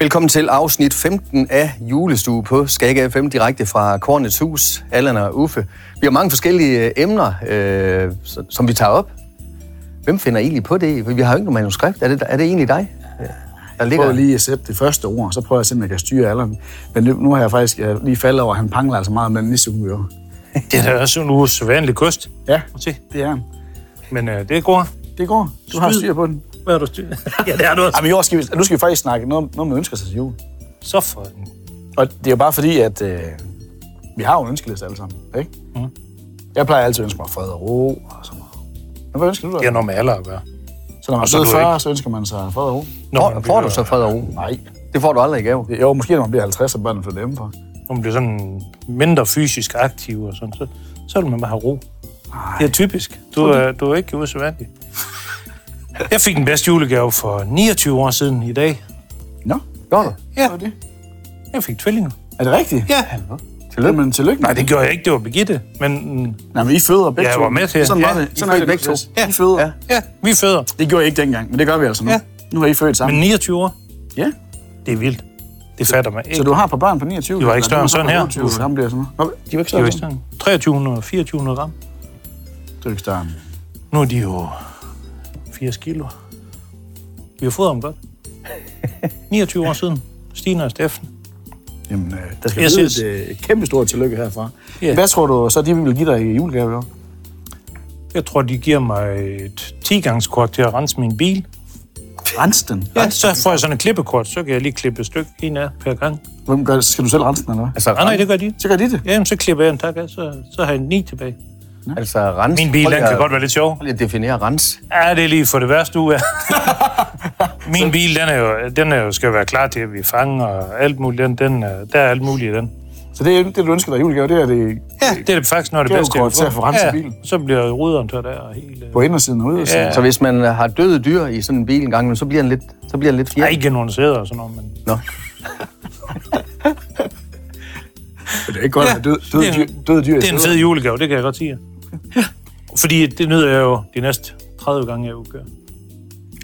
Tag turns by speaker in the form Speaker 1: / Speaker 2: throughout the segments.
Speaker 1: Velkommen til afsnit 15 af Julestue på Skag FM, direkte fra Kornets Hus, Allan og Uffe. Vi har mange forskellige øh, emner, øh, så- som vi tager op. Hvem finder egentlig på det? For Vi har jo ikke noget manuskript. Er det, er det egentlig dig? Der
Speaker 2: Jeg prøver
Speaker 1: ligger...
Speaker 2: lige at sætte det første ord, så prøver jeg at se, om jeg kan styre alderen. Men nu, nu har jeg faktisk jeg lige faldet over, at han pangler altså meget om den nissehumør.
Speaker 3: Det er da også en usædvanlig kost.
Speaker 2: Ja,
Speaker 3: Må Se,
Speaker 2: det er han.
Speaker 3: men øh, det går.
Speaker 2: Det går. Du har
Speaker 3: Skyd.
Speaker 2: styr på den.
Speaker 3: Hvad har du styr? ja, det har du også.
Speaker 2: Jamen, i år skal vi, nu skal vi faktisk snakke noget, om- noget, man ønsker sig til jul.
Speaker 3: Så for den.
Speaker 2: Og det er jo bare fordi, at øh, vi har jo en ønskeliste alle sammen, ikke?
Speaker 3: Mhm.
Speaker 2: Jeg plejer altid at ønske mig fred og ro og sådan noget. Men hvad ønsker du
Speaker 3: Det har
Speaker 2: dig?
Speaker 3: noget med alder at gøre.
Speaker 2: Så når man
Speaker 3: Og så
Speaker 2: er
Speaker 3: er du
Speaker 2: 40, så ønsker man sig fred og ro.
Speaker 3: Når man
Speaker 1: Får, får
Speaker 3: bliver-
Speaker 1: du så fred og ro?
Speaker 2: Nej.
Speaker 1: Det får du aldrig i gave.
Speaker 2: Jo, måske når man bliver 50, så børnene flytter hjemmefra.
Speaker 3: Når man bliver sådan mindre fysisk aktiv og sådan, så, så vil man bare have ro. Det er typisk. Du, er, du er ikke usædvanlig. Jeg fik den bedste julegave for 29 år siden i dag.
Speaker 2: Nå,
Speaker 1: Gjorde du?
Speaker 2: ja. det.
Speaker 3: Jeg fik tvillinger.
Speaker 2: Er det rigtigt?
Speaker 3: Ja,
Speaker 2: Tillykke. Jamen, tillykke.
Speaker 3: nej, det gjorde jeg ikke. Det var Birgitte. Men mm,
Speaker 2: Nej, men I føder begge
Speaker 3: Ja, jeg
Speaker 2: to.
Speaker 3: var med til.
Speaker 2: Sådan var
Speaker 3: Ja,
Speaker 2: det.
Speaker 1: I
Speaker 2: Sådan er
Speaker 1: fødte
Speaker 2: det
Speaker 1: begge to.
Speaker 2: proces. I føder.
Speaker 1: Ja.
Speaker 2: Ja.
Speaker 3: ja, vi er fædre.
Speaker 2: Det gjorde I ikke dengang, men det gør vi altså nu.
Speaker 3: Ja.
Speaker 2: Nu har I født sammen.
Speaker 3: Men 29 år,
Speaker 2: Ja.
Speaker 3: det er vildt. Det fatter man
Speaker 2: Så
Speaker 3: ikke.
Speaker 2: du har på barn på 29?
Speaker 3: Det var ikke større end sådan her.
Speaker 2: Hvor gammel bliver sådan noget? De var ikke
Speaker 3: Det er
Speaker 2: større
Speaker 3: jo
Speaker 2: end
Speaker 3: ikke
Speaker 2: sådan.
Speaker 3: sådan 2300 2400 gram.
Speaker 2: Det var ikke større end.
Speaker 3: Nu er de jo 80 kilo. Vi har fået ham godt. 29 år siden. Stine og Steffen.
Speaker 2: Jamen, øh, der skal
Speaker 3: Jeg
Speaker 2: lyde
Speaker 3: synes-
Speaker 2: et øh, kæmpe stort tillykke herfra.
Speaker 3: Ja.
Speaker 2: Hvad tror du så, de vil give dig i julegave i år?
Speaker 3: Jeg tror, de giver mig et 10-gangskort til at rense min bil.
Speaker 2: Rens den.
Speaker 3: Ja, så får jeg sådan et klippekort, så kan jeg lige klippe et stykke en af per gang. Ah,
Speaker 2: Hvem gør det? Skal du selv rense den, eller hvad?
Speaker 1: Altså,
Speaker 3: Nej, nej, det gør de.
Speaker 2: Så gør de det.
Speaker 3: Ja, jamen, så klipper jeg en tak af, så, så har jeg ni tilbage.
Speaker 1: altså rens.
Speaker 3: Min bil,
Speaker 1: Prøv lige
Speaker 3: den kan
Speaker 1: at-
Speaker 3: godt være lidt sjov.
Speaker 1: Prøv lige at definere rens.
Speaker 3: Ja, det er lige for det værste uge. Min bil, den, er jo, den er jo, skal jo være klar til, at vi fanger og alt muligt. Den, den, er- der er alt muligt i den.
Speaker 2: Så det, det du ønsker dig i julegave, det er det
Speaker 3: Ja, det er det faktisk noget af det,
Speaker 2: Det er jo
Speaker 3: bedste, jeg
Speaker 2: kort til
Speaker 3: kan
Speaker 2: at få renset
Speaker 3: Ja,
Speaker 2: bilen.
Speaker 3: Så bliver ruderen tør der og helt... øh,
Speaker 2: på indersiden og udersiden.
Speaker 3: Ja.
Speaker 1: Så hvis man øh, har døde dyr i sådan en bil en gang, imellem, så bliver den lidt, så bliver den lidt
Speaker 3: Ja.
Speaker 1: fjern.
Speaker 3: Ikke nogen sæder og sådan noget, men...
Speaker 1: Nå.
Speaker 2: Det er ikke godt at have døde død,
Speaker 3: det er en-
Speaker 2: dyr, død dyr i
Speaker 3: Det er en
Speaker 2: stedet.
Speaker 3: fed julegave, det kan jeg godt sige. Fordi det nyder jeg jo de næste 30 gange, jeg udgør.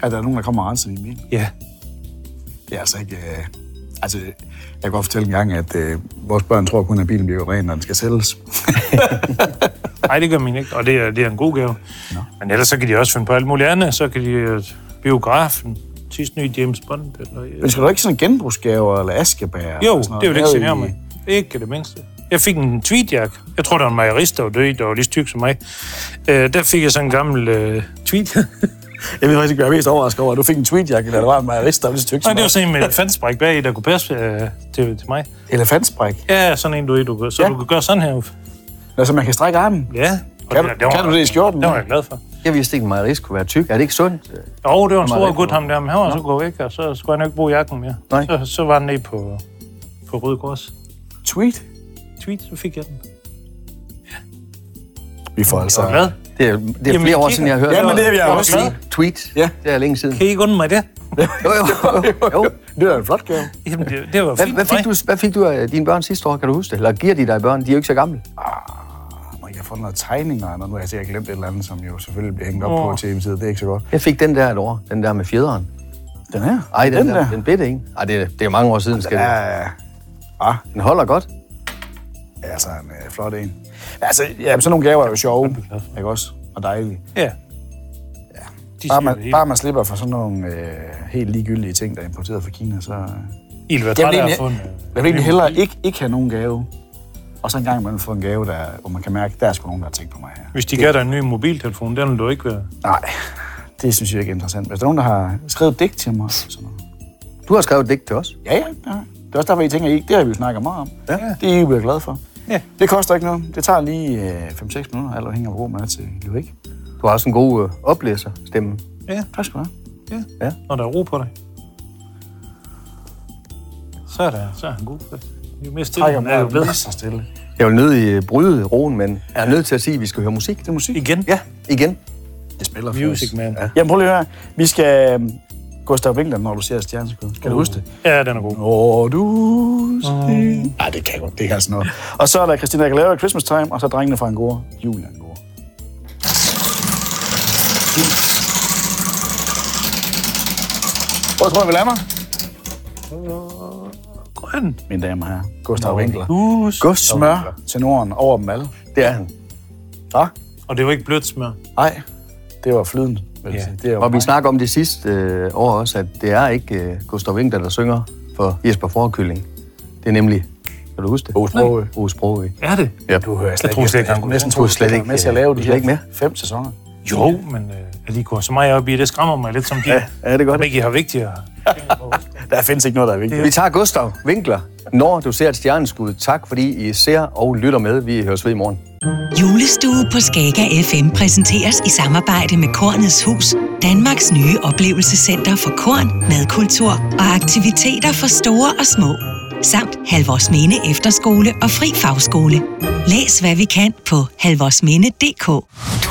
Speaker 2: At der er nogen, der kommer og renser din bil.
Speaker 3: Ja.
Speaker 2: Det er altså ikke... Øh, altså, jeg kan godt fortælle en gang, at øh, vores børn tror kun, at bilen bliver ren, når den skal sælges.
Speaker 3: Nej, det gør min ikke, og det er, det er en god gave. Nå. Men ellers så kan de også finde på alt muligt andet. Så kan de øh, biografen, sidst ny James Bond. Eller, øh.
Speaker 2: Ønsker du ikke sådan genbrugsgaver eller askebær?
Speaker 3: Jo, det er jo det, ikke generer mig. Ikke det mindste. Jeg fik en tweetjakke. Jeg tror, der var en majorist, der var død, der var lige så tyk som mig. Øh, der fik jeg sådan en gammel øh, tweet.
Speaker 2: Jeg ved faktisk ikke, hvad jeg er mest overrasket over. Du fik en tweetjakke, der var en majorist, der var lidt stykke.
Speaker 3: Nej, det var sådan en med elefantspræk bag, der kunne passe øh, til, til mig.
Speaker 2: Elefantspræk.
Speaker 3: Ja, sådan en, du, du kan, så
Speaker 2: Ja.
Speaker 3: ja. du kan gøre sådan her. Uffe.
Speaker 2: Altså, man kan strække armen.
Speaker 3: Ja.
Speaker 2: Kan du- kan du det i skjorten?
Speaker 3: Det var jeg glad for.
Speaker 1: Jeg vidste ikke, at Majeris kunne være tyk. Er det ikke sundt?
Speaker 3: Jo, det var en
Speaker 1: meget
Speaker 3: stor
Speaker 1: rigtig
Speaker 3: gut, ham der, men han var så gået væk, og så skulle han jo ikke bruge jakken mere.
Speaker 1: Nej.
Speaker 3: Så, så var han nede på, på Røde Kors.
Speaker 2: Tweet.
Speaker 3: Tweet, så fik jeg den.
Speaker 2: Vi får altså...
Speaker 3: Så glad.
Speaker 1: Det er, det er
Speaker 3: Jamen,
Speaker 1: flere år
Speaker 3: kigger-
Speaker 1: siden, jeg har hørt
Speaker 2: Jamen,
Speaker 1: om
Speaker 2: det er vi
Speaker 3: var
Speaker 2: også
Speaker 3: glad.
Speaker 2: sige.
Speaker 1: tweet.
Speaker 2: Ja.
Speaker 1: Det er længe siden.
Speaker 3: Kan I ikke undre mig det?
Speaker 1: Jo, jo, jo. jo.
Speaker 2: Det er en flot gave.
Speaker 3: Jamen, det, det var
Speaker 1: Hvad,
Speaker 3: fint
Speaker 1: hvad,
Speaker 3: for
Speaker 1: fik
Speaker 3: mig.
Speaker 1: du, hvad fik du af dine børn sidste år, kan du huske det? Eller giver de dig børn? De er jo ikke så gamle.
Speaker 2: Må jeg få noget tegninger eller noget? Nu har jeg sikkert glemt et eller andet, som jo selvfølgelig bliver hængt op
Speaker 3: Åh.
Speaker 2: på til hjemmesiden. Det er ikke så godt.
Speaker 1: Jeg fik den der et år, den der med fjederen.
Speaker 2: Den her?
Speaker 1: Ej, den,
Speaker 2: den
Speaker 1: der, den bitte en. Ej, det, er- det er mange år siden, skal
Speaker 2: Den
Speaker 1: det.
Speaker 2: er... Ah,
Speaker 1: Den holder godt.
Speaker 2: altså en øh, flot en. Altså, ja, sådan nogle gaver er jo sjove, ikke også? Og dejlige.
Speaker 3: Ja. De
Speaker 2: Bare
Speaker 3: siger
Speaker 2: man,
Speaker 3: det hele.
Speaker 2: bare man slipper for sådan nogle øh, helt ligegyldige ting, der er importeret fra Kina, så... øh,
Speaker 3: I vil være
Speaker 2: Jeg vil
Speaker 3: trætte af at få en...
Speaker 2: egentlig,
Speaker 3: øh,
Speaker 2: jeg vil egentlig hellere ikke, ikke have nogen gave, og så en gang imellem få en gave, der, hvor man kan mærke, der er sgu nogen, der har tænkt på mig her.
Speaker 3: Hvis de gav dig en ny mobiltelefon, den ville du ikke være...
Speaker 2: Nej, det synes jeg ikke er interessant. Hvis der er nogen, der har skrevet digt til mig, sådan noget.
Speaker 1: Du har skrevet et digt til os.
Speaker 2: Ja, ja, ja. Det er også derfor, I tænker, I, det har vi jo snakket meget om.
Speaker 3: Ja.
Speaker 2: Det er I jo blevet glade for.
Speaker 3: Ja.
Speaker 2: Det koster ikke noget. Det tager lige øh, 5-6 minutter, alt afhængig af, hvor god man er til lyrik.
Speaker 1: Du har også en god øh, oplæser stemme.
Speaker 3: Ja,
Speaker 2: Tak skal du have.
Speaker 3: ja. Når der er ro på dig. Så er, der, så er han god for det. Jo mere stille
Speaker 2: Trækker
Speaker 3: han er, jo
Speaker 2: mig
Speaker 3: bedre.
Speaker 2: lige så stille.
Speaker 1: Jeg vil nødig øh, bryde roen, men er nødt til at sige, at vi skal høre musik.
Speaker 2: Det er musik.
Speaker 3: Igen.
Speaker 1: Ja, igen.
Speaker 2: Jeg spiller for os.
Speaker 3: Music Man. Ja.
Speaker 2: Jamen prøv lige at høre. Vi skal, øhm, Gustav Winkler, når du ser stjerneskud. Kan
Speaker 3: Uh.
Speaker 2: du huske det?
Speaker 3: Ja, den er god.
Speaker 2: Når du
Speaker 3: Uh.
Speaker 2: stiger... Nej, det kan jeg godt. Det kan sådan noget. Og så er der Christina Aguilera, Christmas Time, og så drengene fra Angora, juleangora. Hvor tror jeg, vi lander?
Speaker 3: Grøn.
Speaker 2: Mine damer og herrer, Gustav Winkler.
Speaker 3: Hus.
Speaker 2: Gus smør tenoren over dem alle.
Speaker 1: Det er han.
Speaker 2: Ja?
Speaker 3: Og det er jo ikke blødt smør.
Speaker 2: Nej, det var flyden. vil jeg
Speaker 3: Ja.
Speaker 2: sige. Det er jo
Speaker 1: Og vi
Speaker 2: mig.
Speaker 1: snakker om det sidste øh, år også, at det er ikke øh, Gustav Winkler, der synger for Jesper Forkylling. Det er nemlig, kan du huske det?
Speaker 2: Bo Sprogøe.
Speaker 1: Ove Sprogøe.
Speaker 3: Er det?
Speaker 1: Ja.
Speaker 2: Du hører slet
Speaker 3: Jeg tror slet ikke, øh, han kunne
Speaker 2: næsten
Speaker 1: Du er
Speaker 2: tror
Speaker 1: slet
Speaker 2: slet
Speaker 1: ikke
Speaker 2: ikke med til at
Speaker 1: du
Speaker 2: lave de
Speaker 1: er slet
Speaker 2: her
Speaker 1: ikke med.
Speaker 2: fem sæsoner.
Speaker 3: Jo, men øh, at de går så meget op i, det skræmmer mig lidt som de. Ja,
Speaker 1: ja, det er godt.
Speaker 3: Ikke I har vigtigere.
Speaker 2: Der findes ikke noget, der er vigtigt.
Speaker 1: Vi tager Gustav Winkler, når du ser et stjerneskud. Tak fordi I ser og lytter med. Vi høres ved i morgen.
Speaker 4: Julestue på Skaga FM præsenteres i samarbejde med Kornets Hus, Danmarks nye oplevelsescenter for korn, madkultur og aktiviteter for store og små. Samt Halvorsminde Efterskole og Fri Fagskole. Læs hvad vi kan på halvorsminde.dk.
Speaker 5: Du